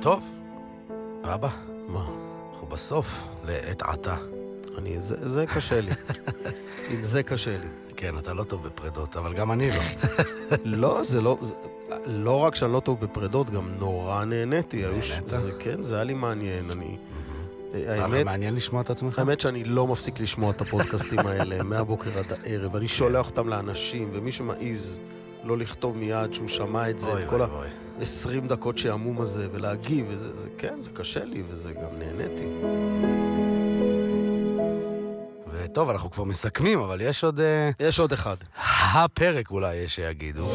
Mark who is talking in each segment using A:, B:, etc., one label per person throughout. A: טוב, אבא, מה? אנחנו בסוף לעת עתה.
B: אני, זה, זה קשה לי. עם זה קשה לי.
A: כן, אתה לא טוב בפרדות, אבל גם אני לא.
B: לא, זה לא... זה, לא רק שאני לא טוב בפרדות, גם נורא נהניתי. היו ש-
A: נהנית?
B: זה, כן, זה היה לי מעניין. אני... אה,
A: אבל
B: האמת,
A: מעניין לשמוע את עצמך.
B: האמת שאני לא מפסיק לשמוע את הפודקאסטים האלה מהבוקר עד הערב. אני שולח אותם לאנשים, ומי שמעז לא לכתוב מיד שהוא שמע את זה,
A: אוי,
B: את כל
A: אוי, אוי.
B: ה-20 דקות שעמום הזה, ולהגיב, וזה, זה, כן, זה קשה לי, וזה גם נהניתי.
A: וטוב, אנחנו כבר מסכמים, אבל יש עוד... אה,
B: יש עוד אחד.
A: הפרק אולי יש שיגידו.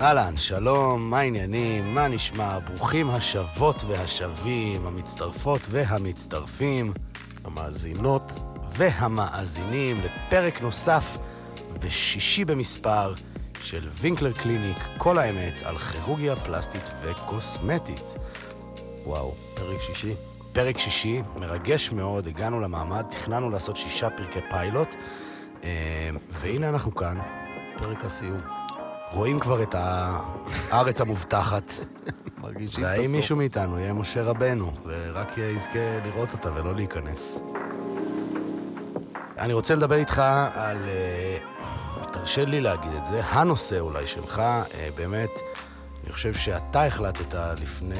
A: אהלן, שלום, מה העניינים, מה נשמע? ברוכים השבות והשבים, המצטרפות והמצטרפים
B: המאזינות,
A: והמאזינים לפרק נוסף ושישי במספר של וינקלר קליניק, כל האמת על כירורגיה פלסטית וקוסמטית. וואו,
B: פרק שישי.
A: פרק שישי, מרגש מאוד, הגענו למעמד, תכננו לעשות שישה פרקי פיילוט, אה, והנה אנחנו כאן,
B: פרק הסיום.
A: רואים כבר את הארץ המובטחת,
B: מרגישים את
A: והאם
B: הסוף.
A: מישהו מאיתנו יהיה משה רבנו, ורק יזכה לראות אותה ולא להיכנס. אני רוצה לדבר איתך על, אה, תרשה לי להגיד את זה, הנושא אולי שלך, אה, באמת, אני חושב שאתה החלטת לפני,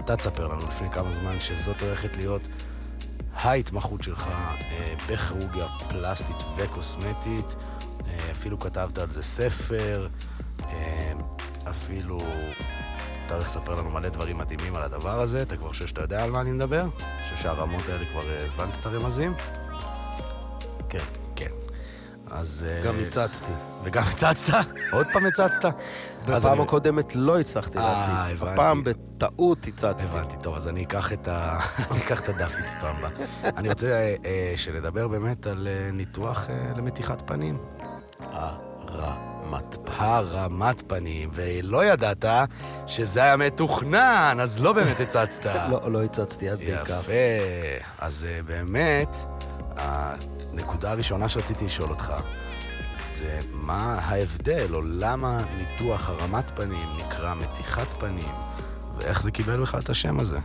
A: אתה תספר לנו לפני כמה זמן שזאת הולכת להיות ההתמחות שלך אה, בכירורגיה פלסטית וקוסמטית. אה, אפילו כתבת על זה ספר, אה, אפילו אתה הולך לספר לנו מלא דברים מדהימים על הדבר הזה. אתה כבר חושב שאתה יודע על מה אני מדבר? אני חושב שהרמות האלה כבר אה, הבנת את הרמזים? כן. כן. אז... אה,
B: גם הצצתי.
A: וגם הצצת? עוד פעם הצצת? אז
B: בפעם
A: אני-
B: הקודמת לא הצלחתי
A: אה,
B: להציץ.
A: הבנתי.
B: הפעם בטעות הצצתי.
A: הבנתי, טוב, אז אני אקח את, ה... אני אקח את הדף איתי פעם הבאה. אני רוצה אה, אה, שנדבר באמת על אה, ניתוח אה, למתיחת פנים. הרמת פנים. הרמת פנים, ולא ידעת שזה היה מתוכנן, אז לא באמת הצצת.
B: לא, לא הצצתי עד בעיקר.
A: יפה. אז אה, באמת, הנקודה הראשונה שרציתי לשאול אותך, זה מה ההבדל, או למה ניתוח הרמת פנים נקרא מתיחת פנים, ואיך זה קיבל בכלל את השם הזה?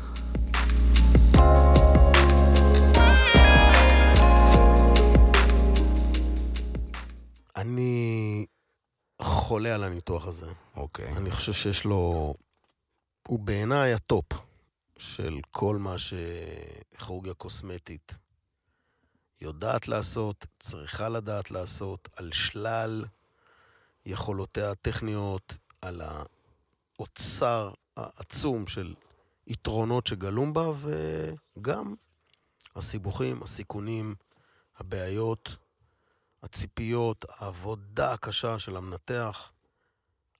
B: אני חולה על הניתוח הזה.
A: אוקיי.
B: אני חושב שיש לו... הוא בעיניי הטופ של כל מה שכירורגיה קוסמטית יודעת לעשות, צריכה לדעת לעשות, על שלל יכולותיה הטכניות, על האוצר העצום של יתרונות שגלום בה, וגם הסיבוכים, הסיכונים, הבעיות, הציפיות, העבודה הקשה של המנתח.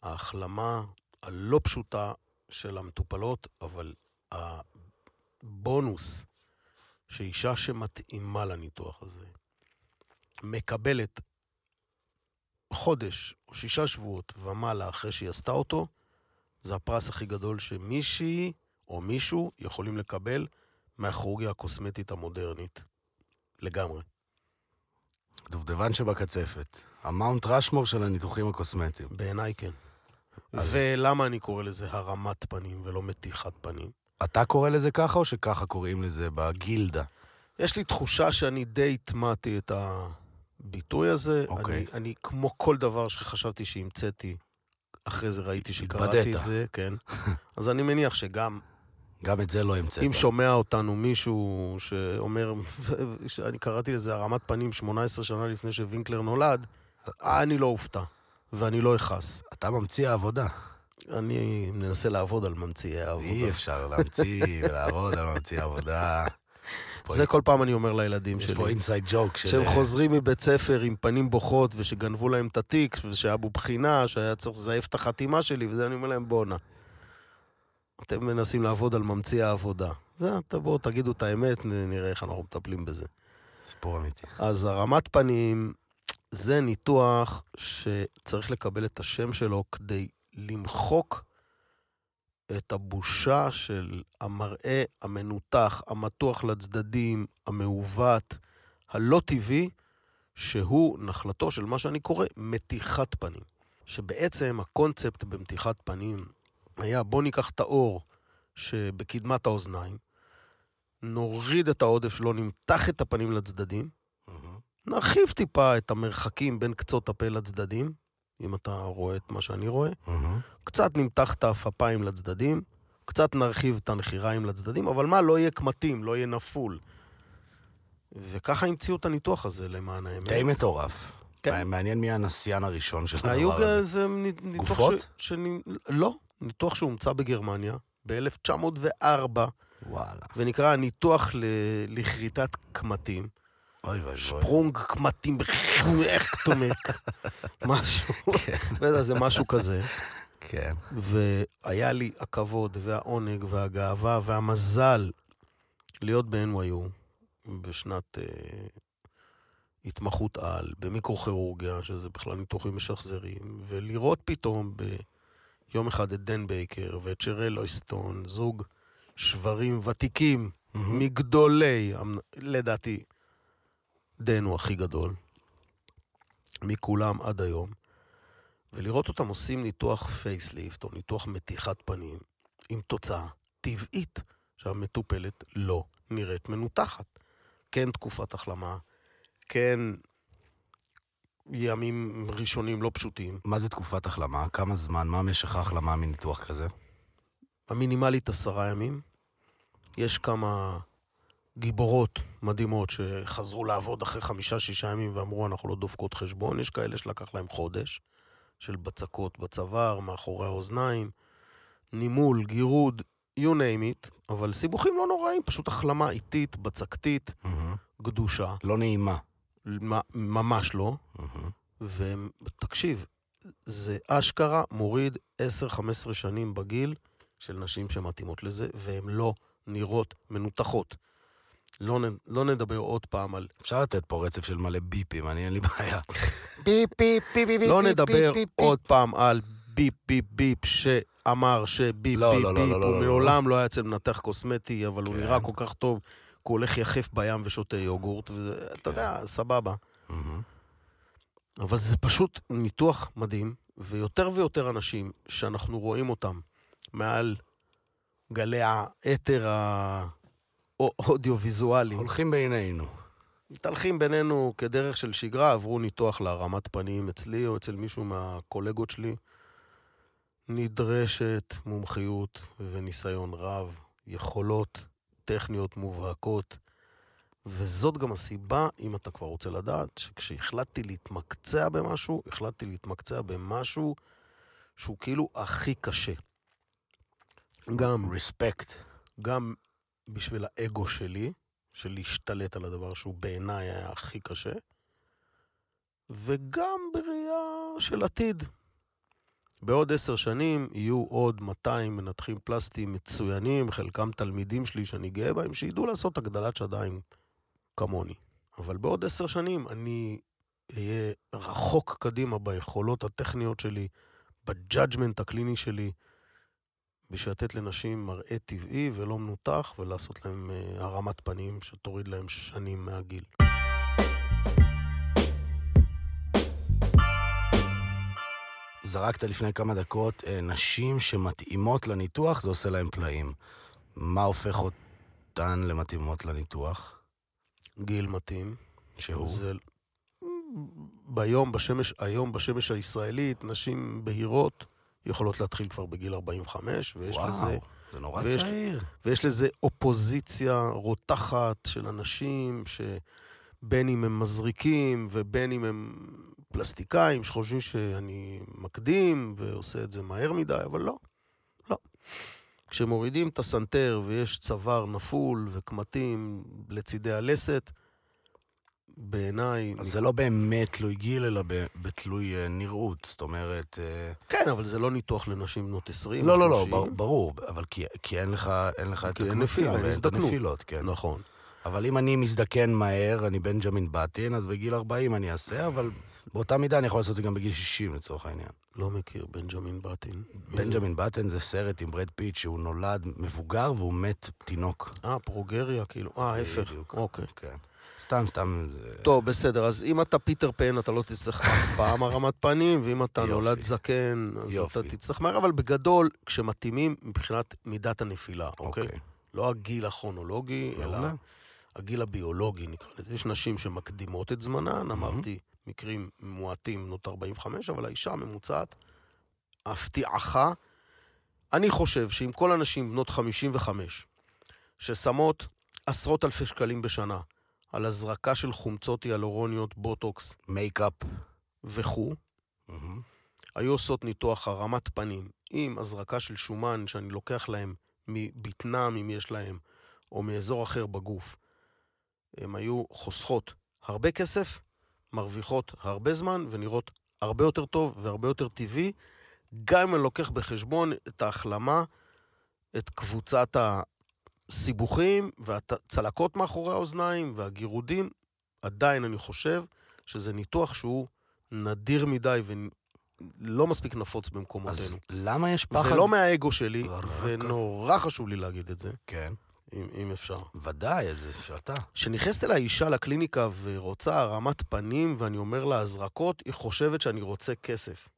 B: ההחלמה הלא פשוטה של המטופלות, אבל הבונוס שאישה שמתאימה לניתוח הזה מקבלת חודש או שישה שבועות ומעלה אחרי שהיא עשתה אותו, זה הפרס הכי גדול שמישהי או מישהו יכולים לקבל מהכירורגיה הקוסמטית המודרנית. לגמרי.
A: דובדבן שבקצפת. המאונט רשמור של הניתוחים הקוסמטיים.
B: בעיניי כן. ולמה אני קורא לזה הרמת פנים ולא מתיחת פנים?
A: אתה קורא לזה ככה, או שככה קוראים לזה בגילדה?
B: יש לי תחושה שאני די הטמעתי את הביטוי הזה.
A: אוקיי.
B: אני, אני, כמו כל דבר שחשבתי שהמצאתי, אחרי זה ראיתי שקראתי
A: התבדית.
B: את זה, כן. אז אני מניח שגם
A: גם את זה לא המצאת.
B: אם שומע אותנו מישהו שאומר, שאני קראתי לזה הרמת פנים 18 שנה לפני שווינקלר נולד, אני לא אופתע, ואני לא אכעס.
A: אתה ממציא העבודה.
B: אני מנסה לעבוד על ממציאי העבודה.
A: אי אפשר להמציא ולעבוד על ממציא העבודה. פה
B: זה
A: יש-
B: כל פעם אני אומר לילדים
A: יש
B: שלי.
A: פה אינסייד ג'וק של... אה,
B: שהם חוזרים מבית ספר עם פנים בוכות, ושגנבו להם את התיק, ושהיה בו בחינה, שהיה צריך לזייף את החתימה שלי, וזה אני אומר להם, בואנה. אתם מנסים לעבוד על ממציא העבודה. זה, אתה- בואו תגידו את האמת, נ- נראה איך אנחנו מטפלים בזה.
A: סיפור אמיתי.
B: אז הרמת פנים זה ניתוח שצריך לקבל את השם שלו כדי למחוק את הבושה של המראה המנותח, המתוח לצדדים, המעוות, הלא טבעי, שהוא נחלתו של מה שאני קורא מתיחת פנים. שבעצם הקונספט במתיחת פנים היה בוא ניקח את האור שבקדמת האוזניים, נוריד את העודף שלו, נמתח את הפנים לצדדים, נרחיב טיפה את המרחקים בין קצות הפה לצדדים, אם אתה רואה את מה שאני רואה, קצת נמתח את האפפיים לצדדים, קצת נרחיב את הנחיריים לצדדים, אבל מה, לא יהיה קמטים, לא יהיה נפול. וככה המציאו את הניתוח הזה, למען האמת.
A: די מטורף.
B: כן.
A: מעניין מי הנסיין הראשון של הדבר
B: היו
A: הזה.
B: איזה ניתוח... ש-
A: גופות?
B: שנ- לא, ניתוח שהומצא בגרמניה ב-1904,
A: וואלה.
B: ונקרא הניתוח ל... לכריתת קמטים.
A: אוי ואבוי.
B: שפרונג קמטים אקטומק, משהו, לא יודע, זה משהו כזה.
A: כן.
B: והיה לי הכבוד והעונג והגאווה והמזל להיות ב-NYU בשנת אה, התמחות על במיקרוכירורגיה, שזה בכלל ניתוחים משחזרים, ולראות פתאום ביום אחד את דן בייקר ואת שרל אויסטון, זוג שברים ותיקים, מגדולי, המנ- לדעתי, דן הוא הכי גדול מכולם עד היום. ולראות אותם עושים ניתוח פייסליפט או ניתוח מתיחת פנים עם תוצאה טבעית שהמטופלת לא נראית מנותחת. כן תקופת החלמה, כן ימים ראשונים לא פשוטים.
A: מה זה תקופת החלמה? כמה זמן? מה משך ההחלמה מניתוח כזה?
B: המינימלית עשרה ימים. יש כמה גיבורות מדהימות שחזרו לעבוד אחרי חמישה-שישה ימים ואמרו, אנחנו לא דופקות חשבון. יש כאלה שלקח להם חודש של בצקות בצוואר, מאחורי האוזניים, נימול, גירוד, you name it, אבל סיבוכים לא נוראים, פשוט החלמה איטית, בצקתית, גדושה.
A: לא נעימה.
B: מה- ממש לא. ותקשיב, זה אשכרה מוריד 10-15 שנים בגיל של נשים שמתאימות לזה, והן לא נראות מנותחות. לא, נ, לא נדבר עוד פעם על...
A: אפשר לתת פה רצף של מלא ביפים, אני אין לי בעיה.
B: ביפ, ביפ, ביפ, ביפ, לא נדבר עוד פעם על ביפ, ביפ, ביפ, שאמר שביפ,
A: לא,
B: ביפ,
A: לא, לא,
B: ביפ,
A: לא, לא,
B: הוא
A: לא, כן.
B: מעולם לא היה אצל מנתח קוסמטי, אבל הוא נראה כל כך טוב, כי הוא הולך יחף בים ושותה יוגורט, ואתה
A: כן.
B: יודע, סבבה. אבל זה פשוט ניתוח מדהים, ויותר ויותר אנשים שאנחנו רואים אותם מעל גלי האתר האודיו-ויזואליים,
A: הולכים בינינו.
B: מתהלכים בינינו כדרך של שגרה, עברו ניתוח להרמת פנים אצלי או אצל מישהו מהקולגות שלי. נדרשת מומחיות וניסיון רב, יכולות טכניות מובהקות, וזאת גם הסיבה, אם אתה כבר רוצה לדעת, שכשהחלטתי להתמקצע במשהו, החלטתי להתמקצע במשהו שהוא כאילו הכי קשה. גם
A: רספקט.
B: גם בשביל האגו שלי, של להשתלט על הדבר שהוא בעיניי היה הכי קשה, וגם בראייה של עתיד. בעוד עשר שנים יהיו עוד 200 מנתחים פלסטיים מצוינים, חלקם תלמידים שלי שאני גאה בהם, שידעו לעשות הגדלת שדיים כמוני. אבל בעוד עשר שנים אני אהיה רחוק קדימה ביכולות הטכניות שלי, בג'אג'מנט הקליני שלי, בשביל לתת לנשים מראה טבעי ולא מנותח, ולעשות להם אה, הרמת פנים שתוריד להם שנים מהגיל.
A: זרקת לפני כמה דקות, אה, נשים שמתאימות לניתוח, זה עושה להן פלאים. מה הופך אותן למתאימות לניתוח?
B: גיל מתאים.
A: שהוא?
B: זה... ביום, בשמש, היום בשמש הישראלית, נשים בהירות יכולות להתחיל כבר בגיל 45, ויש
A: וואו,
B: לזה...
A: זה נורא
B: ויש-
A: צעיר.
B: ויש לזה אופוזיציה רותחת של אנשים שבין אם הם מזריקים ובין אם הם פלסטיקאים שחושבים שאני מקדים ועושה את זה מהר מדי, אבל לא. לא. כשמורידים את הסנטר ויש צוואר נפול וקמטים לצידי הלסת, בעיניי...
A: אז זה לא באמת תלוי גיל, אלא ב- בתלוי אה, נראות. זאת אומרת... אה,
B: כן, אבל זה לא ניתוח לנשים בנות 20.
A: לא, לא, לא,
B: 30.
A: בר- ברור, אבל כי- כי אין לך אין לך את
B: כי אין
A: הכנפים
B: נפילה, אין
A: ואין את
B: הזדקנות.
A: הנפילות, כן.
B: נכון.
A: אבל אם אני מזדקן מהר, אני בנג'מין בטין, אז בגיל 40 אני אעשה, אבל באותה מידה אני יכול לעשות את זה גם בגיל 60 לצורך העניין.
B: לא מכיר, בנג'מין בטין. מי זה?
A: בנג'מין בטן זה סרט עם ברד פיט שהוא נולד מבוגר והוא מת תינוק.
B: אה, פרוגריה, כאילו. אה, ההפך.
A: בדיוק.
B: אוקיי.
A: כן. סתם, סתם... זה-
B: טוב, בסדר, אז אם אתה פיטר פן, אתה לא תצטרך אף פעם הרמת פנים, ואם אתה
A: יופי.
B: נולד זקן, אז
A: יופי.
B: אתה תצטרך מהר, אבל בגדול, כשמתאימים מבחינת מידת הנפילה, אוקיי?
A: אוקיי.
B: לא הגיל הכרונולוגי, אלא
A: מעולה.
B: הגיל הביולוגי, נקרא לזה. יש נשים שמקדימות את זמנן, אמרתי, מקרים מועטים בנות 45, אבל האישה הממוצעת, הפתיעך, אני חושב שאם כל הנשים בנות 55, ששמות עשרות אלפי שקלים בשנה על הזרקה של חומצות היאלורוניות, בוטוקס
A: מייקאפ.
B: וכו',
A: מהמם.
B: היו עושות ניתוח הרמת פנים עם הזרקה של שומן שאני לוקח להם מבטנם, אם יש להם, או מאזור אחר בגוף. הן היו חוסכות הרבה כסף, מרוויחות הרבה זמן ונראות הרבה יותר טוב והרבה יותר טבעי, גם אם אני לוקח בחשבון את ההחלמה, את קבוצת הסיבוכים והצלקות מאחורי האוזניים והגירודים, עדיין אני חושב שזה ניתוח שהוא נדיר מדי ולא מספיק נפוץ במקומותינו.
A: אז למה יש פחד...
B: זה לא מהאגו שלי,
A: רק-
B: ונורא חשוב לי להגיד את זה,
A: כן,
B: אם, אם אפשר.
A: ודאי, איזה שאתה.
B: כשנכנסת אליי אישה לקליניקה ורוצה הרמת פנים, ואני אומר לה הזרקות, היא חושבת שאני רוצה כסף.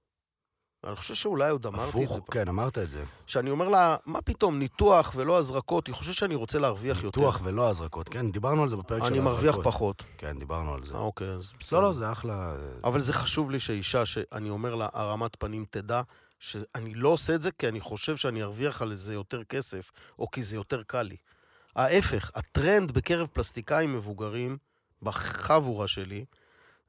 B: ואני חושב שאולי עוד אמרתי את זה
A: הפוך,
B: פעם.
A: כן, אמרת את זה.
B: שאני אומר לה, מה פתאום, ניתוח ולא הזרקות, היא חושבת שאני רוצה להרוויח יותר.
A: פיתוח ולא הזרקות, כן, דיברנו על זה בפרק של
B: אני
A: ההזרקות.
B: מרוויח פחות.
A: כן, דיברנו על זה.
B: אה, אוקיי, אז בסדר.
A: לא, לא, זה אחלה...
B: אבל זה חשוב לי שאישה שאני אומר לה הרמת פנים תדע שאני לא עושה את זה כי אני חושב שאני ארוויח על זה יותר כסף, או כי זה יותר קל לי. ההפך, הטרנד בקרב פלסטיקאים מבוגרים, בחבורה שלי,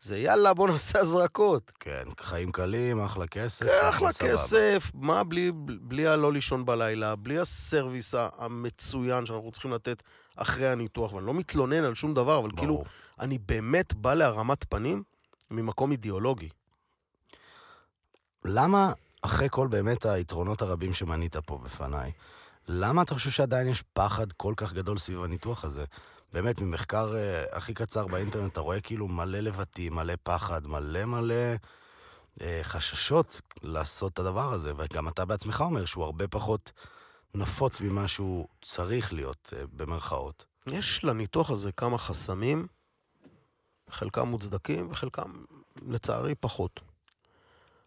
B: זה יאללה, בוא נעשה הזרקות.
A: כן, חיים קלים, אחלה כסף.
B: כן, אחלה
A: סבבה.
B: כסף, מה בלי, בלי הלא לישון בלילה, בלי הסרוויס המצוין שאנחנו צריכים לתת אחרי הניתוח, ואני לא מתלונן על שום דבר, אבל כאילו,
A: ברור.
B: אני באמת בא להרמת פנים ממקום אידיאולוגי.
A: למה, אחרי כל באמת היתרונות הרבים שמנית פה בפניי, למה אתה חושב שעדיין יש פחד כל כך גדול סביב הניתוח הזה? באמת, ממחקר אה, הכי קצר באינטרנט, אתה רואה כאילו מלא לבטים, מלא פחד, מלא מלא אה, חששות לעשות את הדבר הזה, וגם אתה בעצמך אומר שהוא הרבה פחות נפוץ ממה שהוא צריך להיות, אה, במרכאות.
B: יש לניתוח הזה כמה חסמים, חלקם מוצדקים וחלקם לצערי פחות.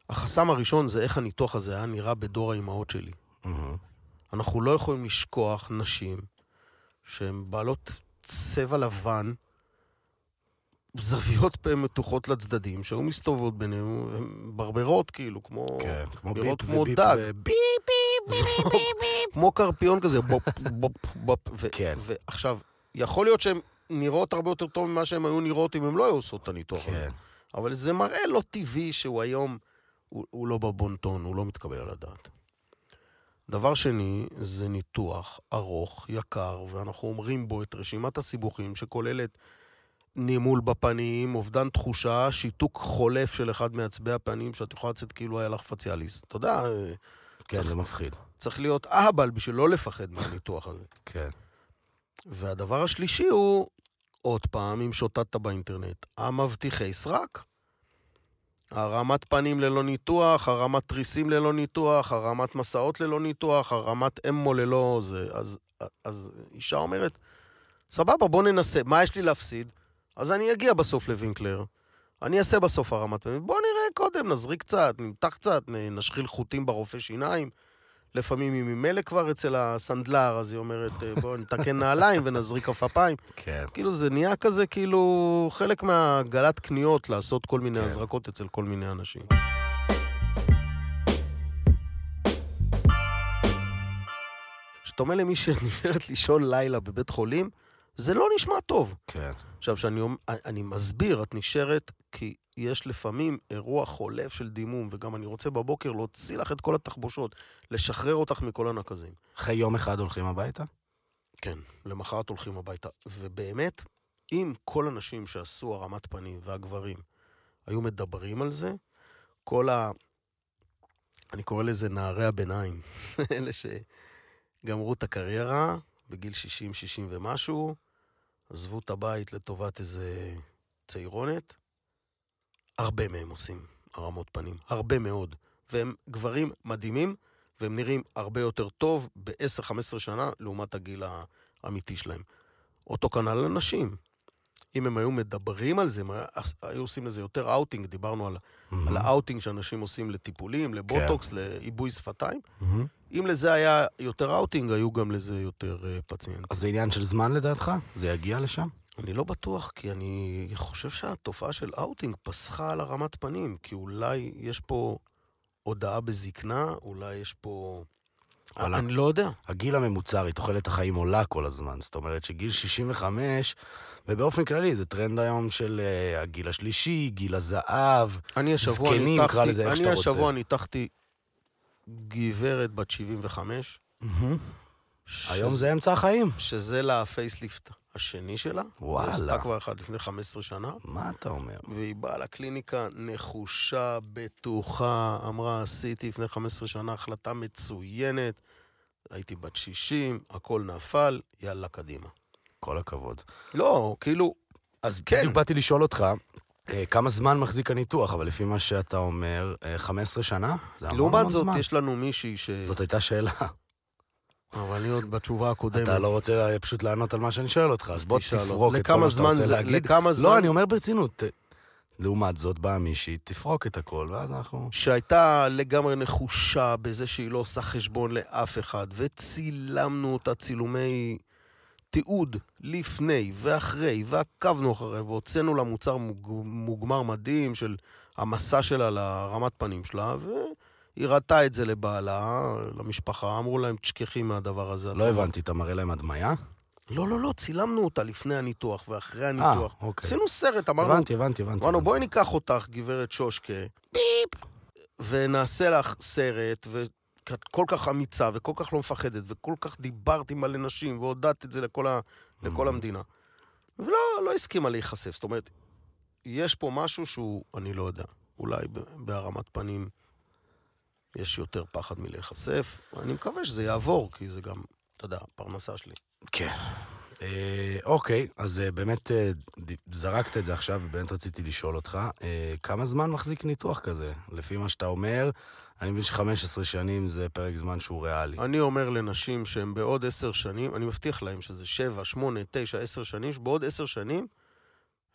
B: החסם הראשון זה איך הניתוח הזה היה נראה בדור האימהות שלי.
A: מהמם.
B: אנחנו לא יכולים לשכוח נשים שהן בעלות צבע לבן, זוויות פהם מתוחות לצדדים, שהיו מסתובבות ביניהם, והן ברברות כאילו, כמו...
A: כן, כמו ביפ
B: נראות כמו
A: וביפ
B: דג.
A: וביפ.
B: כמו קרפיון כזה, בופ, בופ, בופ. ו-
A: כן.
B: ועכשיו, יכול להיות שהן נראות הרבה יותר טוב ממה שהן היו נראות אם הן לא היו עושות את הניתוח הזה.
A: כן.
B: אבל זה מראה לא טבעי שהוא היום, הוא, הוא לא בבונטון, הוא לא מתקבל על הדעת. דבר שני, זה ניתוח ארוך, יקר, ואנחנו אומרים בו את רשימת הסיבוכים שכוללת נימול בפנים, אובדן תחושה, שיתוק חולף של אחד מעצבי הפנים, שאת יכולה לצאת כאילו היה לך פציאליסט. אתה יודע, אה,
A: כן, זה מפחיד.
B: צריך להיות אהבל בשביל לא לפחד מהניתוח הזה.
A: כן.
B: והדבר השלישי הוא, עוד פעם, אם שוטטת באינטרנט, המבטיחי סרק. הרמת פנים ללא ניתוח, הרמת תריסים ללא ניתוח, הרמת מסעות ללא ניתוח, הרמת אמו ללא זה. אז, אז אישה אומרת, סבבה, בוא ננסה, מה יש לי להפסיד? אז אני אגיע בסוף לווינקלר, אני אעשה בסוף הרמת פנים. בוא נראה קודם, נזריק קצת, נמתח קצת, נ- נשחיל חוטים ברופא שיניים. לפעמים היא ממילא כבר אצל הסנדלר, אז היא אומרת, "אה, בואו נתקן נעליים ונזריק עפעפיים.
A: כן.
B: כאילו, זה נהיה כזה, כאילו, חלק מהגלת קניות לעשות כל מיני
A: כן.
B: הזרקות אצל כל מיני אנשים. כשאתה אומר למי שנשארת לישון לילה בבית חולים, זה לא נשמע טוב.
A: כן.
B: עכשיו, שאני, אומ- אני מסביר, את נשארת כי יש לפעמים אירוע חולף של דימום, וגם אני רוצה בבוקר להוציא לך את כל התחבושות, לשחרר אותך מכל הנקזים.
A: אחרי יום אחד הולכים הביתה?
B: כן. למחרת הולכים הביתה. ובאמת, אם כל הנשים שעשו הרמת פנים, והגברים, היו מדברים על זה, כל ה... אני קורא לזה נערי הביניים. אלה שגמרו את הקריירה בגיל 60, 60 ומשהו, עזבו את הבית לטובת איזה צעירונת, הרבה מהם עושים הרמות פנים, הרבה מאוד. והם גברים מדהימים, והם נראים הרבה יותר טוב ב-10-15 שנה לעומת הגיל האמיתי שלהם. אותו כנ"ל לנשים. אם הם היו מדברים על זה, הם היה- היו עושים לזה יותר אאוטינג, דיברנו על, על האאוטינג שאנשים עושים לטיפולים, לבוטוקס, לעיבוי שפתיים. אם לזה היה יותר אאוטינג, היו גם לזה יותר אה, פציינט.
A: אז זה עניין של זמן לדעתך? זה יגיע לשם?
B: אני לא בטוח, כי אני חושב שהתופעה של אאוטינג פסחה על הרמת פנים, כי אולי יש פה הודעה בזקנה, אולי יש פה...
A: וואלה.
B: אני לא יודע.
A: הגיל הממוצע, הרי תוחלת החיים עולה כל הזמן. זאת אומרת שגיל 65, ובאופן כללי זה טרנד היום של אה, הגיל השלישי, גיל הזהב.
B: אני השבוע
A: זקנים,
B: ניתחתי,
A: קרא לזה איך שאתה
B: אני
A: רוצה.
B: השבוע ניתחתי גברת בת 75. שזה-
A: היום זה אמצע החיים.
B: שזה לפייסליפט השני שלה.
A: וואלה.
B: היא עשתה כבר אחד לפני 15 שנה.
A: מה אתה אומר?
B: והיא באה לקליניקה נחושה, בטוחה, אמרה, עשיתי לפני 15 שנה החלטה מצוינת, הייתי בת 60, הכל נפל, יאללה, קדימה.
A: כל הכבוד.
B: לא, כאילו,
A: אז
B: כן.
A: בדיוק באתי לשאול אותך, אה, כמה זמן מחזיק הניתוח, אבל לפי מה שאתה אומר, אה, 15 שנה? זה המון המון
B: לעומת זאת,
A: זמן.
B: יש לנו מישהי ש...
A: זאת הייתה שאלה.
B: אבל היא עוד בתשובה הקודמת.
A: אתה לא רוצה אה, פשוט לענות על מה שאני שואל אותך, אז בוא
B: תשאל אותו.
A: תפרוק את כל
B: לכמה
A: מה שאתה
B: זמן
A: רוצה
B: זה-
A: להגיד.
B: לכמה זמן-
A: לא, אני אומר ברצינות. ת- לעומת זאת, באה מישהי, תפרוק את הכל, ואז אנחנו...
B: שהייתה לגמרי נחושה בזה שהיא לא עושה חשבון לאף אחד, וצילמנו אותה צילומי תיעוד לפני ואחרי, ועקבנו אחריה, והוצאנו לה מוצר מוג- מוגמר מדהים של המסע שלה לרמת פנים שלה, והיא ראתה את זה לבעלה, למשפחה, אמרו להם, תשכחי מהדבר הזה.
A: לא הבנתי, אתה מראה להם הדמיה?
B: לא, לא, לא, צילמנו אותה לפני הניתוח ואחרי הניתוח.
A: אוקיי.
B: עשינו סרט, אמרנו,
A: הבנתי, הבנתי, הבנתי.
B: אמרנו, בואי ניקח אותך, גברת שושקה, פיפ, ונעשה לך סרט, ואת כל כך אמיצה, וכל כך לא מפחדת, וכל כך דיברת עם מלא נשים, והודעת את זה לכל, ה... לכל המדינה. ולא, לא הסכימה להיחשף. זאת אומרת, יש פה משהו שהוא, אני לא יודע, אולי ב- בהרמת פנים יש יותר פחד מלהיחשף. אני מקווה שזה יעבור, כי זה גם, אתה יודע, הפרנסה שלי.
A: כן. אה, אוקיי, אז אה, באמת אה, ד- זרקת את זה עכשיו, ובאמת רציתי לשאול אותך, אה, כמה זמן מחזיק ניתוח כזה? לפי מה שאתה אומר, אני מבין ש-15 שנים זה פרק זמן שהוא ריאלי.
B: אני אומר לנשים שהן בעוד עשר שנים, אני מבטיח להם שזה שבע, שמונה, תשע, עשר שנים, שבעוד עשר שנים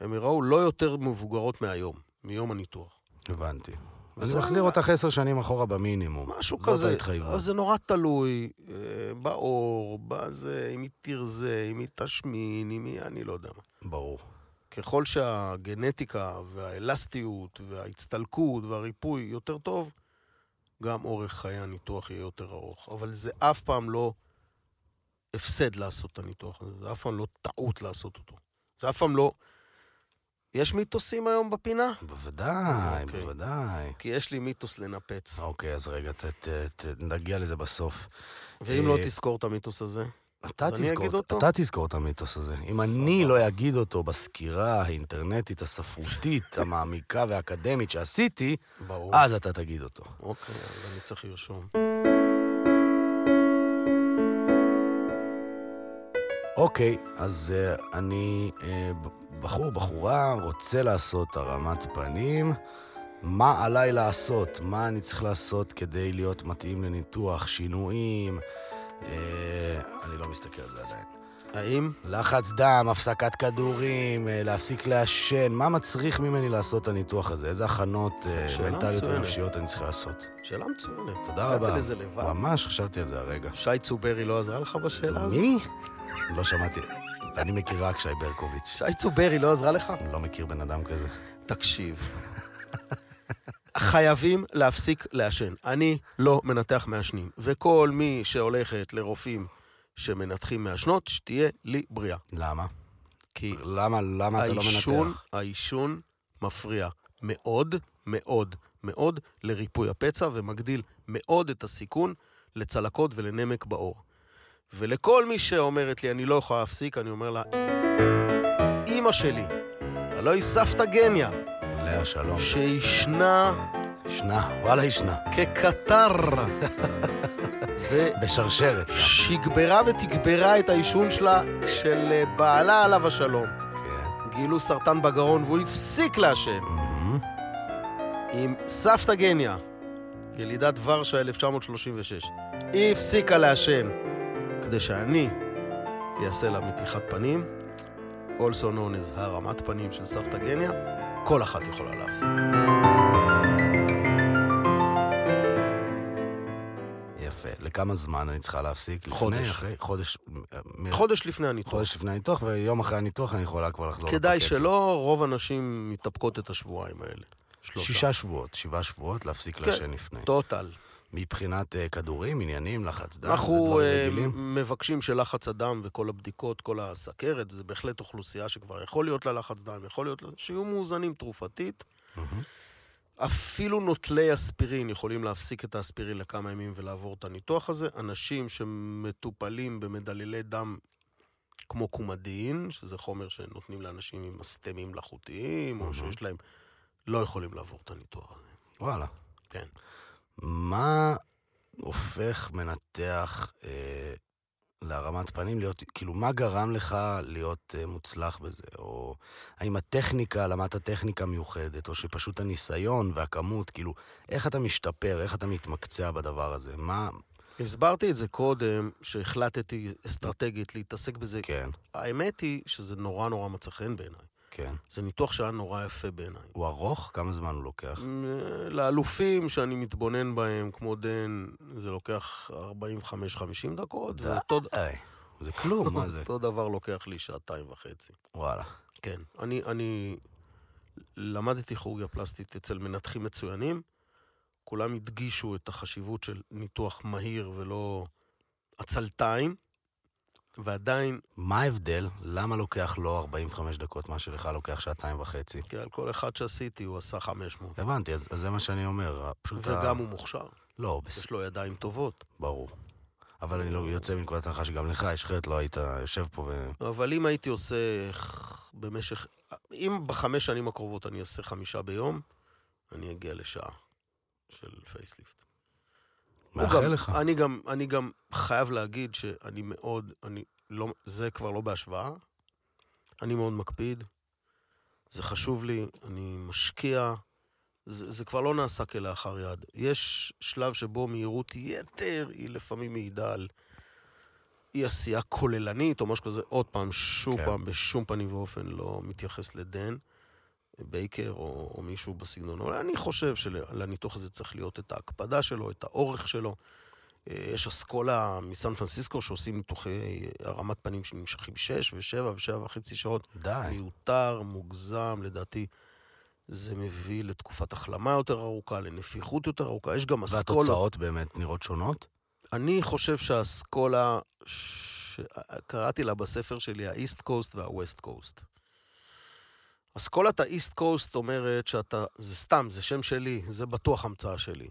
B: הן יראו לא יותר מבוגרות מהיום, מיום הניתוח.
A: הבנתי. אני
B: בסדר.
A: מחזיר אותך עשר שנים אחורה במינימום.
B: משהו
A: זאת
B: כזה.
A: ההתחייבות.
B: אבל זה נורא תלוי אה, בעור, בזה, אם היא תרזה, אם היא תשמין, אם היא... אני לא יודע מה.
A: ברור.
B: ככל שהגנטיקה והאלסטיות וההצטלקות והריפוי יותר טוב, גם אורך חיי הניתוח יהיה יותר ארוך. אבל זה אף פעם לא הפסד לעשות את הניתוח הזה, זה אף פעם לא טעות לעשות אותו. זה אף פעם לא... יש מיתוסים היום בפינה?
A: בוודאי,
B: אוקיי.
A: בוודאי.
B: כי יש לי מיתוס לנפץ.
A: אוקיי, אז רגע, ת- ת- ת- נגיע לזה בסוף.
B: ואם לא
A: אה,
B: תזכור את המיתוס הזה?
A: אתה
B: אז אני
A: תזכור,
B: אגיד אותו?
A: אתה תזכור את המיתוס הזה. אם אני לא אגיד אותו בסקירה האינטרנטית, הספרותית, המעמיקה והאקדמית שעשיתי,
B: ברור.
A: אז אתה תגיד אותו.
B: אה, אוקיי, אז אני צריך לרשום.
A: אוקיי, אז uh, אני uh, בחור, בחורה, רוצה לעשות הרמת פנים. מה עליי לעשות? מה אני צריך לעשות כדי להיות מתאים לניתוח? שינויים? Uh, אני לא מסתכל על זה עדיין.
B: האם?
A: לחץ דם, הפסקת כדורים, אה, להפסיק לעשן, מה מצריך ממני לעשות את הניתוח הזה? איזה הכנות אה,
B: שאלה
A: מנטליות
B: מצוינת.
A: ונפשיות אני צריך לעשות?
B: שאלה מצוינת.
A: תודה רבה.
B: הגעת לזה לבד.
A: ממש חשבתי על זה הרגע.
B: שי צוברי לא עזרה לך בשאלה הזאת?
A: מי? לא שמעתי. אני מכיר רק שי ברקוביץ'.
B: שי צוברי לא עזרה לך?
A: אני לא מכיר בן אדם כזה.
B: תקשיב. חייבים להפסיק לעשן. אני לא מנתח מעשנים, וכל מי שהולכת לרופאים שמנתחים מעשנות, שתהיה לי בריאה.
A: למה?
B: כי
A: למה, למה אתה לא
B: העישון,
A: מנתח?
B: העישון מפריע מאוד, מאוד, מאוד לריפוי הפצע ומגדיל מאוד את הסיכון לצלקות ולנמק בעור. ולכל מי שאומרת לי, אני לא יכולה להפסיק, אני אומר לה, אימא שלי, הלוא היא סבתא גניה,
A: לאה שלום.
B: שישנה
A: ישנה, וואלה ישנה.
B: כקטר,
A: בשרשרת. גם.
B: ושיגברה ותגברה את העישון שלה של בעלה עליו השלום.
A: כן.
B: גילו סרטן בגרון והוא הפסיק לעשן.
A: מהמם.
B: עם סבתא גניה, ילידת ורשה 1936. היא הפסיקה לעשן כדי שאני אעשה לה מתיחת פנים also known as הרמת פנים של סבתא גניה, כל אחת יכולה להפסיק.
A: יפה. לכמה זמן אני צריכה להפסיק? לפני,
B: חודש.
A: אחרי, חודש, מ- מ-
B: חודש לפני הניתוח.
A: חודש לפני הניתוח, ויום אחרי הניתוח אני יכולה כבר לחזור
B: כדאי
A: לפקט.
B: שלא, לא רוב הנשים מתאפקות את השבועיים האלה. שלושה.
A: שישה שבועות, שבעה שבועות, להפסיק
B: כן.
A: לעשן לפני.
B: טוטל.
A: מבחינת אה, כדורים, עניינים, לחץ דם, זה
B: אנחנו
A: דברים
B: אה,
A: רגילים.
B: מבקשים שלחץ הדם וכל הבדיקות, כל הסכרת, וזה בהחלט אוכלוסייה שכבר יכול להיות לה לחץ דם, יכול להיות, לה- שיהיו מאוזנים תרופתית. אפילו נוטלי אספירין יכולים להפסיק את האספירין לכמה ימים ולעבור את הניתוח הזה. אנשים שמטופלים במדללי דם כמו קומדין, שזה חומר שנותנים לאנשים עם סטמים מלאכותיים, או שיש להם, לא יכולים לעבור את הניתוח הזה.
A: וואלה.
B: כן.
A: מה הופך מנתח אה, להרמת פנים להיות, כאילו, מה גרם לך להיות אה, מוצלח בזה? או האם הטכניקה, למדת טכניקה מיוחדת, או שפשוט הניסיון והכמות, כאילו, איך אתה משתפר, איך אתה מתמקצע בדבר הזה? מה...
B: הסברתי את זה קודם, שהחלטתי אסטרטגית להתעסק בזה
A: כן,
B: האמת היא שזה נורא נורא מצא חן בעיניי.
A: כן.
B: זה ניתוח שהיה נורא יפה בעיניי.
A: הוא ארוך? כמה זמן הוא לוקח?
B: אה, לאלופים שאני מתבונן בהם, כמו דן, זה לוקח 45-50 דקות, ואותו ד-
A: די. זה כלום, מה זה?
B: אותו דבר לוקח לי שעתיים וחצי.
A: וואלה.
B: כן. אני, אני למדתי כירורגיה פלסטית אצל מנתחים מצוינים, כולם הדגישו את החשיבות של ניתוח מהיר ולא עצלתיים, ועדיין
A: מה ההבדל? למה לוקח לו 45 דקות, מה שלך לוקח שעתיים וחצי?
B: כי על כל אחד שעשיתי הוא עשה 500.
A: הבנתי, אז, אז זה מה שאני אומר. פשוט...
B: וגם הוא מוכשר,
A: לא, בסדר,
B: יש לו ידיים טובות.
A: ברור. אבל אני לא יוצא מנקודת הנחה שגם לך יש אחרת, לא היית יושב פה ו...
B: אבל אם הייתי עושה ח- במשך... אם בחמש שנים הקרובות אני אעשה חמישה ביום, אני אגיע לשעה של פייסליפט.
A: מאחל לך.
B: אני גם, אני גם חייב להגיד שאני מאוד, אני לא, זה כבר לא בהשוואה. אני מאוד מקפיד, זה חשוב לי, אני משקיע. זה, זה כבר לא נעשה כלאחר יד. יש שלב שבו מהירות יתר היא לפעמים מעידה על אי עשייה כוללנית או משהו כזה. עוד פעם, שוב
A: כן.
B: כן. פעם, בשום פנים ואופן לא מתייחס לדן בייקר או, או מישהו בסגנון. אבל אני חושב שלניתוח הזה צריך להיות את ההקפדה שלו, את האורך שלו. אה, יש אסכולה מסן פרנסיסקו שעושים ניתוחי הרמת פנים שנמשכים שש ושבע ושבע וחצי שעות.
A: די.
B: מיותר, מוגזם, לדעתי. זה מביא לתקופת החלמה יותר ארוכה, לנפיחות יותר ארוכה. יש גם אסכולות.
A: והתוצאות באמת נראות שונות?
B: אני חושב שהאסכולה, ש... קראתי לה בספר שלי, ה-East Coast וה-West Coast. אסכולת ה-East Coast אומרת שאתה, זה סתם, זה שם שלי, זה בטוח המצאה שלי.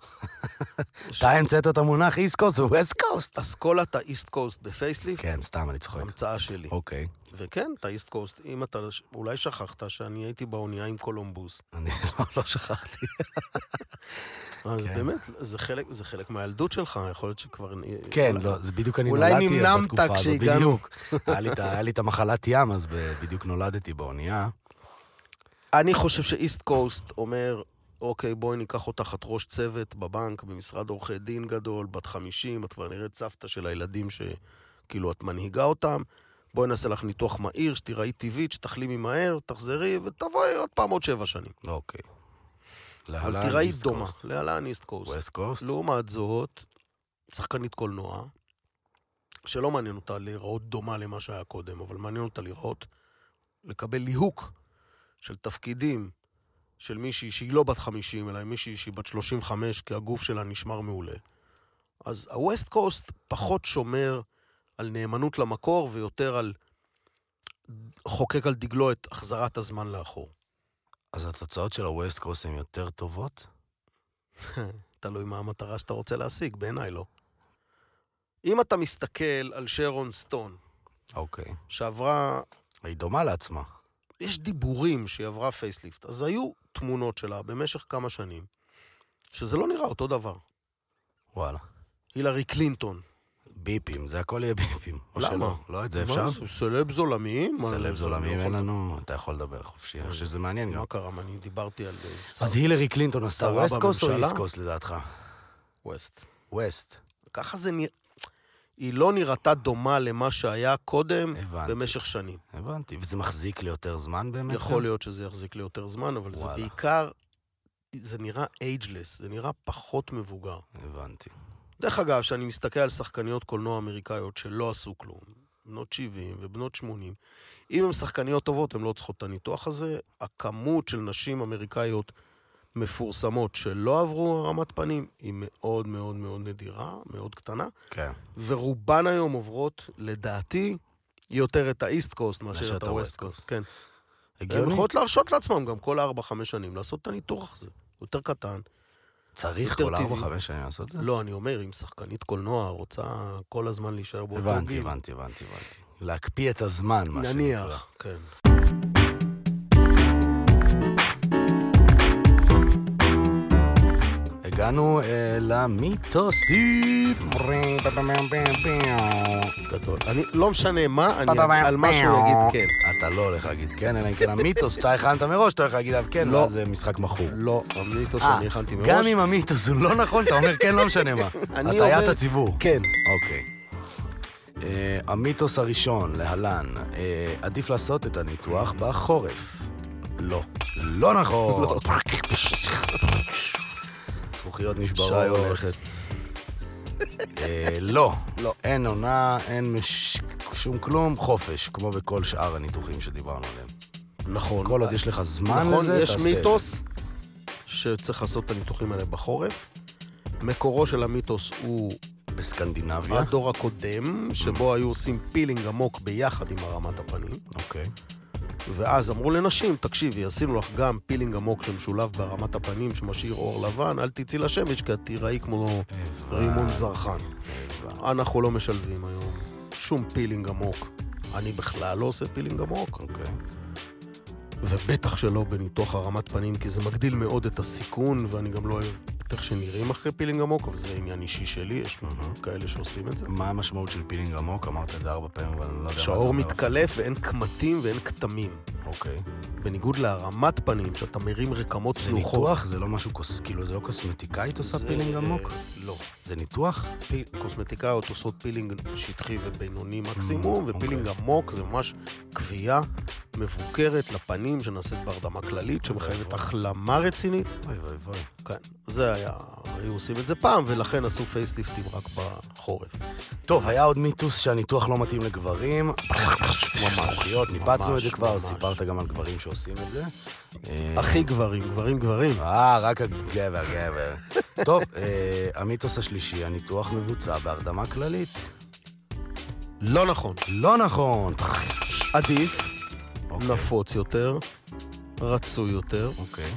A: אתה המצאת את המונח איסט קוסט וווסט קוסט.
B: אסכולת ה-East Coast בפייסליפט,
A: כן, סתם, אני צוחק.
B: המצאה שלי.
A: אוקיי.
B: וכן, את ה-East Coast, אם אתה, אולי שכחת שאני הייתי באונייה עם קולומבוס.
A: אני לא- לא שכחתי.
B: אז באמת, זה חלק, זה חלק מהילדות שלך, יכול להיות שכבר...
A: כן, לא, זה בדיוק אני
B: אולי
A: נולדתי אז
B: נמנמת
A: בתקופה הזאת.
B: כשהגענו.
A: בדיוק. היה לי את ה- היה לי את המחלת ים, אז ב- בדיוק נולדתי באונייה.
B: אני חושב שאיסט קוסט אומר, אוקיי, בואי ניקח אותך את ראש צוות בבנק, במשרד עורכי דין גדול, בת 50, את כבר נראית סבתא של הילדים שכאילו את מנהיגה אותם. בואי נעשה לך ניתוח מהיר, שתיראי טבעית, שתחלימי מהר, תחזרי, ותבואי עוד פעם עוד שבע שנים.
A: אוקיי.
B: אבל תיראי דומה, להלן איסט קוסט.
A: ווסט קוסט?
B: לעומת זאת, שחקנית קולנוע, שלא מעניין אותה להיראות דומה למה שהיה קודם, אבל מעניין אותה לראות, לקבל ליהוק של תפקידים של מישהי שהיא לא בת 50, אלא מישהי שהיא בת 35, כי הגוף שלה נשמר מעולה. אז ה-West Coast פחות שומר על נאמנות למקור ויותר על... חוקק על דגלו את החזרת הזמן לאחור.
A: אז התוצאות של הווסט קוסט הן יותר טובות?
B: תלוי מה המטרה שאתה רוצה להשיג, בעיניי לא. אם אתה מסתכל על שרון סטון,
A: אוקיי.
B: שעברה,
A: היא דומה לעצמה.
B: יש דיבורים שהיא עברה פייסליפט, אז היו תמונות שלה במשך כמה שנים, שזה לא נראה אותו דבר.
A: וואלה.
B: הילרי קלינטון.
A: ביפים, זה הכל יהיה ביפים. או
B: למה?
A: שלא. לא, את זה אפשר?
B: מה זה, סלב זולמיים?
A: סלב
B: אני-
A: זולמים
B: אני
A: אין
B: לא אה.
A: לנו, אתה יכול לדבר חופשי, אני חושב שזה מעניין
B: יכול-
A: גם.
B: מה קרה? מה, אני דיברתי על אה, שר
A: אז הילרי קלינטון עשתה
B: שרה
A: ווסט קוסט או
B: בממשלה?
A: איסט קוסט לדעתך?
B: ווסט.
A: ווסט.
B: ככה זה נראה. היא לא נראתה דומה למה שהיה קודם
A: הבנתי.
B: במשך שנים.
A: הבנתי. וזה מחזיק ליותר זמן באמת?
B: יכול להיות שזה יחזיק לי יותר זמן, אבל זה
A: וואלה.
B: בעיקר, זה נראה ageless, זה נראה פחות מבוגר.
A: הבנתי.
B: דרך אגב, כשאני מסתכל על שחקניות קולנוע אמריקאיות שלא עשו כלום, בנות 70 ובנות 80, אם הן שחקניות טובות, הן לא צריכות את הניתוח הזה. הכמות של נשים אמריקאיות מפורסמות שלא עברו הרמת פנים היא מאוד מאוד מאוד נדירה, מאוד קטנה,
A: כן.
B: ורובן היום עוברות, לדעתי, יותר את האיסט קוסט מאשר את
A: ה-West
B: הווסט קוסט. כן. הן
A: הגיוני?
B: יכולות להרשות לעצמם גם כל 4-5 שנים לעשות את הניתוח הזה. יותר קטן.
A: צריך
B: יותר
A: כל ארבע,
B: טבעי.
A: חמש שנים לעשות את זה?
B: לא, אני אומר, אם שחקנית קולנוע רוצה כל הזמן להישאר באותו גיל.
A: הבנתי, הבנתי, הבנתי, הבנתי. להקפיא את הזמן, מה שנקרא.
B: נניח, כן.
A: הגענו אה, למיתוסים.
B: גדול. אני, לא משנה מה, אני,
A: פאפאפאפ.
B: על מה שהוא יגיד כן.
A: אתה לא הולך להגיד כן, אלא אם כן המיתוס שאתה הכנת מראש, אתה הולך להגיד עליו כן,
B: לא.
A: ואז זה משחק מכור.
B: לא, המיתוס
A: אה,
B: שאני הכנתי מראש.
A: גם אם המיתוס הוא לא נכון, אתה אומר כן, לא משנה מה.
B: אני
A: הטעיית
B: אומר-
A: הציבור.
B: כן.
A: אוקיי. אה, המיתוס הראשון, להלן, אה, עדיף לעשות את הניתוח בחורף. לא. לא נכון. זכוכיות נשברות.
B: שעות.
A: הולכת. אה, לא.
B: לא.
A: אין עונה, אין מש- שום כלום, חופש, כמו בכל שאר הניתוחים שדיברנו עליהם.
B: נכון.
A: כל עוד יש לך זמן
B: נכון,
A: לזה,
B: יש
A: תעשה.
B: מיתוס שצריך לעשות את הניתוחים האלה בחורף. מקורו של המיתוס הוא
A: בסקנדינביה.
B: הדור הקודם, שבו היו עושים פילינג עמוק ביחד עם הרמת הפנים.
A: אוקיי.
B: ואז אמרו לנשים, תקשיבי, עשינו לך גם פילינג עמוק שמשולב בהרמת הפנים, שמשאיר אור לבן, אל תצאי לשמש כי את תיראי כמו רימון זרחן. אנחנו לא משלבים היום שום פילינג עמוק. אני בכלל לא עושה פילינג עמוק,
A: אוקיי.
B: ובטח שלא בניתוח הרמת פנים, כי זה מגדיל מאוד את הסיכון, ואני גם לא אוהב את איך שנראים אחרי פילינג עמוק, אבל זה עניין אישי שלי, יש כאלה שעושים את זה.
A: מה המשמעות של פילינג עמוק? אמרת את זה ארבע פעמים, אבל אני לא יודע מה זה.
B: שהאור
A: אומר.
B: מתקלף ואין קמטים ואין כתמים.
A: אוקיי.
B: בניגוד להרמת פנים, שאתה מרים רקמות
A: זה
B: צנוחות.
A: ניתוח? זה לא משהו, קוס- כאילו, זה לא קוסמטיקאית עושה
B: זה-
A: פילינג עמוק?
B: לא.
A: זה ניתוח?
B: פיל- קוסמטיקאיות עושות פילינג שטחי ובינוני מקסימום,
A: אוקיי.
B: ופילינג עמוק זה ממש קביעה מבוקרת לפנים שנעשית בהרדמה כללית,
A: אוקיי.
B: שמחייבת החלמה רצינית.
A: אוי ואי ואי.
B: כן, זה היה, היו עושים את זה פעם, ולכן עשו פייסליפטים רק בחורף.
A: טוב, היה עוד מיתוס שהניתוח לא מתאים לגברים. זכוכיות, ניפצנו את זה
B: ממש,
A: כבר,
B: ממש.
A: סיפרת גם על גברים שעושים את זה. אה,
B: הכי גברים, גברים גברים.
A: אה, רק הגבר, גבר. טוב, אה, המיתוס השלישי, הניתוח מבוצע בהרדמה כללית.
B: לא נכון.
A: לא נכון.
B: עדיף,
A: אוקיי.
B: נפוץ יותר, רצוי יותר.
A: אוקיי,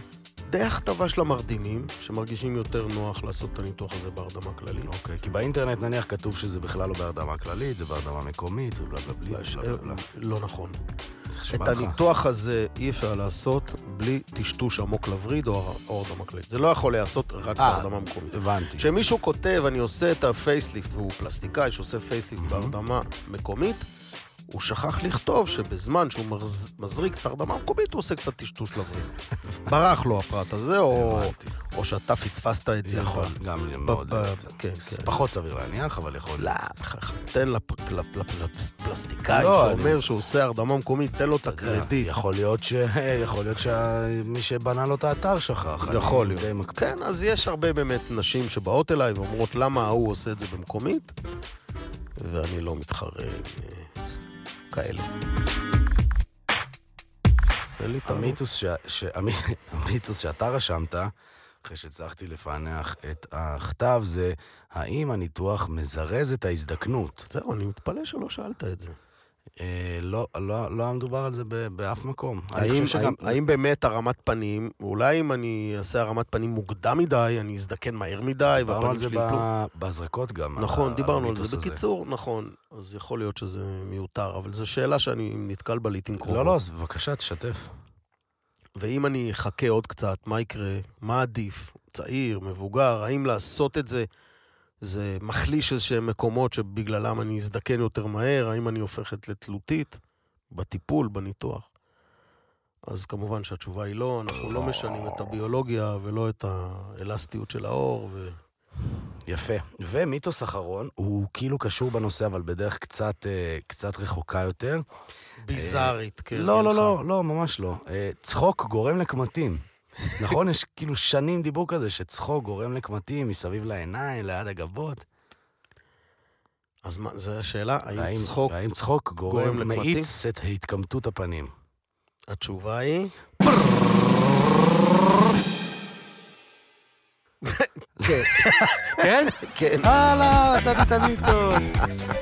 B: די הכתבה של המרדימים, שמרגישים יותר נוח לעשות את הניתוח הזה בהרדמה כללית.
A: אוקיי. כי באינטרנט נניח כתוב שזה בכלל לא בהרדמה כללית, זה בהרדמה מקומית, ובלה בלה בלי,
B: לא, ש-
A: בלה בלה בלה.
B: לא נכון.
A: חשבע
B: את
A: לך.
B: הניתוח הזה אי אפשר לעשות בלי טשטוש עמוק לווריד או הר- או הרדמה כללית. זה לא יכול להיעשות רק
A: אה,
B: בהרדמה מקומית.
A: הבנתי.
B: כשמישהו כותב, אני עושה את הפייסליפט, והוא פלסטיקאי שעושה פייסליפט בהרדמה מקומית, הוא שכח לכתוב שבזמן שהוא מרז- מזריק את ההרדמה המקומית, הוא עושה קצת טשטוש לווריד. ברח לו הפרט הזה, או-
A: הבנתי.
B: או שאתה פספסת את זה. נכון.
A: יכול,
B: ב-
A: נכון, גם לי
B: ב-
A: מאוד.
B: ב-
A: להיות.
B: כן,
A: ס-
B: כן.
A: פחות סביר להניח, אבל יכול.
B: לא, בחייך, תן לפ- לפ- לפ- לפלסטיקאי
A: לא, אני-
B: שאומר שהוא עושה הרדמה מקומית, תן לו את
A: קרדיט.
B: הקרדיט.
A: אה, יכול להיות ש... אה, יכול להיות שמי שבנה לו את האתר שכח. אני
B: יכול להיות.
A: די מקפיד.
B: כן, אז יש הרבה באמת נשים שבאות אליי ואומרות, למה ההוא עושה את זה במקומית? ואני לא מתחרה עם אה, כאלה. אין לי תמיד.
A: המיתוס, ש... ש... המי- המיתוס שאתה רשמת, אחרי שהצלחתי לפענח את הכתב, זה האם הניתוח מזרז את ההזדקנות.
B: זהו, אני מתפלא שלא שאלת את זה.
A: אה, לא, לא, לא היה מדובר על זה ב... באף מקום. אני
B: האם,
A: חושב שגם...
B: האם, האם באמת הרמת פנים, אולי אם אני אעשה הרמת פנים מוקדם מדי, אני אזדקן מהר מדי,
A: דיברנו על
B: והפנים
A: זה
B: שלי
A: ב...
B: יפלו?
A: בהזרקות גם.
B: נכון, דיברנו על
A: המיתוס
B: זה.
A: הזה.
B: בקיצור, נכון. אז יכול להיות שזה מיותר, אבל זו שאלה שאני נתקל בה לעיתים קרובות.
A: לא, לא, אז בבקשה, תשתף.
B: ואם אני אחכה עוד קצת, מה יקרה? מה עדיף? צעיר, מבוגר, האם לעשות את זה, זה מחליש איזשהם מקומות שבגללם אני אזדקן יותר מהר? האם אני הופכת לתלותית בטיפול, בניתוח? אז כמובן שהתשובה היא לא, אנחנו לא משנים את הביולוגיה ולא את האלסטיות של האור, ו...
A: יפה. ומיתוס אחרון, הוא כאילו קשור בנושא, אבל בדרך קצת, אה, קצת רחוקה יותר.
B: ביזארית, כן.
A: לא, לא,
B: ממך.
A: לא, לא, ממש לא. אה, צחוק גורם לקמטים. נכון? יש כאילו שנים דיבור כזה שצחוק גורם לקמטים מסביב לעיניים, ליד הגבות.
B: אז מה, זו השאלה, האם צחוק...
A: האם צחוק
B: גורם
A: גורם,
B: לקמטים?
A: מאיץ את התקמטות הפנים.
B: התשובה היא...
A: כן?
B: כן.
A: הלאה, מצאתי את המיתוס.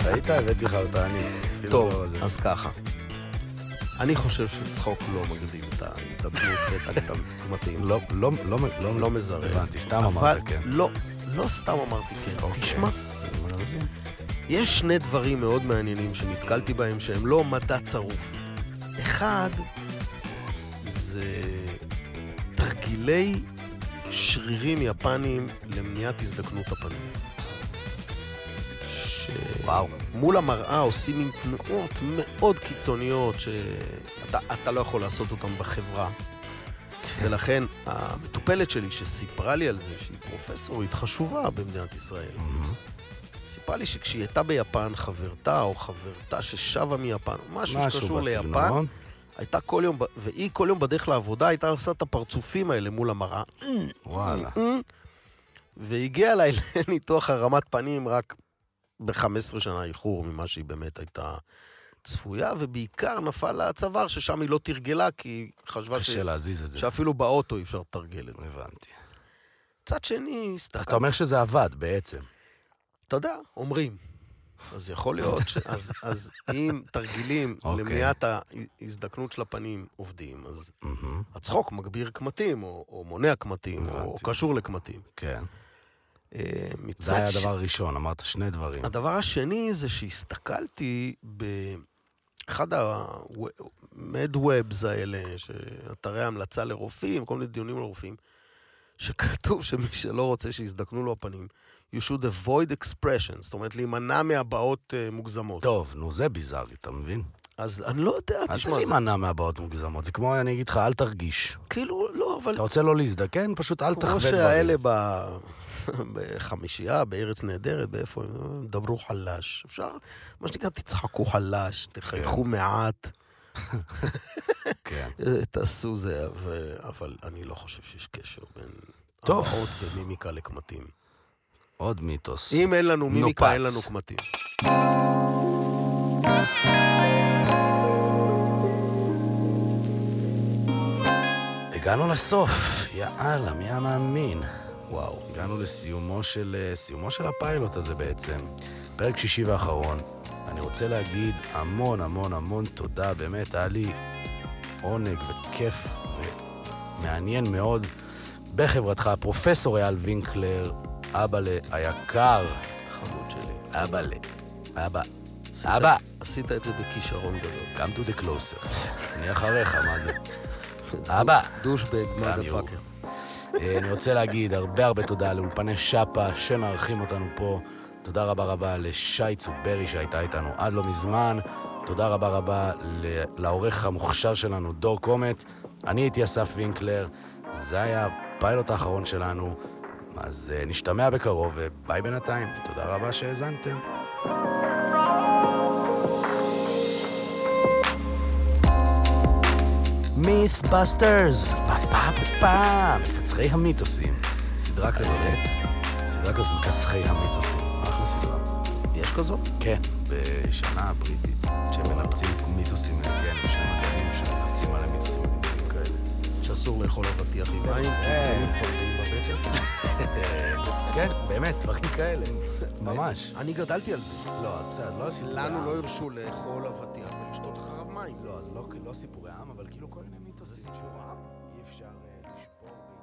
A: ראית? הבאתי לך אותה, אני... אפילו
B: טוב,
A: לא זה.
B: אז ככה. כאילו, אני חושב שצחוק לא מגדיל את ההתאבדות ואת הקטמטים.
A: לא, לא, לא, לא,
B: לא מזרז.
A: הבנתי, סתם
B: אבל
A: אמרת, כן.
B: לא, לא סתם אמרתי כן.
A: אוקיי.
B: תשמע, יש שני דברים מאוד מעניינים שנתקלתי בהם שהם לא מדע צרוף. אחד, זה תרגילי שרירים יפניים למניעת הזדקנות הפנים. ש...
A: וואו.
B: מול המראה עושים מין תנועות מאוד קיצוניות שאתה אתה לא יכול לעשות אותן בחברה.
A: כן.
B: ולכן המטופלת שלי שסיפרה לי על זה, שהיא פרופסורית חשובה במדינת ישראל,
A: Mm-hmm.
B: סיפרה לי שכשהיא הייתה ביפן, חברתה או חברתה ששבה מיפן, או משהו
A: משהו
B: שקשור ליפן,
A: בסגנון.
B: הייתה כל יום, ב- והיא כל יום בדרך לעבודה הייתה עושה את הפרצופים האלה מול המראה,
A: וואלה.
B: והגיעה אליי לניתוח הרמת פנים רק ב-15 שנה איחור ממה שהיא באמת הייתה צפויה, ובעיקר נפל לה הצוואר ששם היא לא תרגלה, כי היא חשבה ש...
A: קשה להזיז את זה.
B: שאפילו באוטו אי אפשר לתרגל את זה.
A: הבנתי. אוקיי.
B: מצד שני,
A: אתה
B: הסתכלתי,
A: אומר שזה עבד בעצם.
B: אתה יודע, אומרים. אז יכול להיות ש... אז, אז אם תרגילים
A: אוקיי.
B: למניעת ההזדקנות של הפנים עובדים, אז הצחוק מגביר קמטים, או, או מונע קמטים, או
A: הבנתי.
B: קשור לקמטים.
A: כן.
B: אה, מצד
A: זה היה
B: ש-
A: הדבר הראשון, אמרת שני דברים.
B: הדבר השני זה שהסתכלתי באחד ה-MedWebs האלה, ש- אתרי המלצה לרופאים, כל מיני דיונים לרופאים, שכתוב שמי שלא רוצה שיזדקנו לו הפנים, you should avoid expression, זאת אומרת להימנע מהבעות אה, מוגזמות.
A: טוב, נו זה ביזארי, אתה מבין?
B: אז אני לא יודע,
A: אל
B: תשמע, זה
A: תימנע מהבעות מוגזמות, זה כמו אני אגיד לך, אל תרגיש.
B: כאילו, לא, אבל...
A: אתה רוצה לא להזדקן, פשוט אל תחווה
B: כמו
A: דברים.
B: שהאלה ב... בחמישייה, בארץ נהדרת, באיפה הם? דברו חלש. אפשר, מה שנקרא, תצחקו חלש, תחייכו מעט.
A: כן.
B: אה, תעשו זה, אבל, אבל אני לא חושב שיש קשר בין
A: טוב.
B: הבעות ומימיקה לקמטים.
A: עוד מיתוס.
B: אם אין לנו מימיקה,
A: נופץ.
B: אין לנו קמטים.
A: הגענו לסוף, יאללה, מי היה מאמין? וואו. הגענו לסיומו של, אה, סיומו של הפיילוט הזה בעצם. פרק שישי ואחרון. אני רוצה להגיד המון המון המון תודה, באמת, היה לי עונג וכיף ומעניין מאוד בחברתך, הפרופסור אייל וינקלר, אבא ל- היקר,
B: חמוד שלי.
A: אבא ל... אבא, אבא,
B: עשית את זה בכישרון גדול.
A: come to the closer. אני אחריך, מה זה? אבא.
B: דושבג, מה דה
A: גם
B: פאקר.
A: אה, אני רוצה להגיד הרבה הרבה תודה לאולפני שפה שמארחים אותנו פה. תודה רבה רבה לשי צוברי שהייתה איתנו עד לא מזמן. תודה רבה רבה ל- לעורך המוכשר שלנו, דור קומט. אני הייתי אסף וינקלר, זה היה הפיילוט האחרון שלנו. אז אה, נשתמע בקרוב, וביי בינתיים. תודה רבה שהאזנתם. מית'באסטרס, פה פה פה פה, מפצחי המיתוסים. סדרה כזאת, סדרה כזאת מכסחי המיתוסים, אחלה סדרה.
B: יש כזאת?
A: כן, בשנה בריטית, שמנפצים מיתוסים, כן, של מדענים, שמנפצים עליהם מיתוסים מדהימים כאלה.
B: שאסור לאכול אבטיח עם מים, כי
A: כן.
B: תמיד צפרדעים בבטן.
A: כן, באמת, דברים כאלה, ממש.
B: אני גדלתי על זה.
A: לא, אז בסדר, לא סיפורי
B: לנו לא
A: עם.
B: הרשו לאכול אבטיח ולשתות אחריו מים.
A: לא, אז לא- לא סיפורי עם, אבל כאילו כל מיני מיתוסים. זה סיפורי עם? אי אפשר אה, לשבור ב...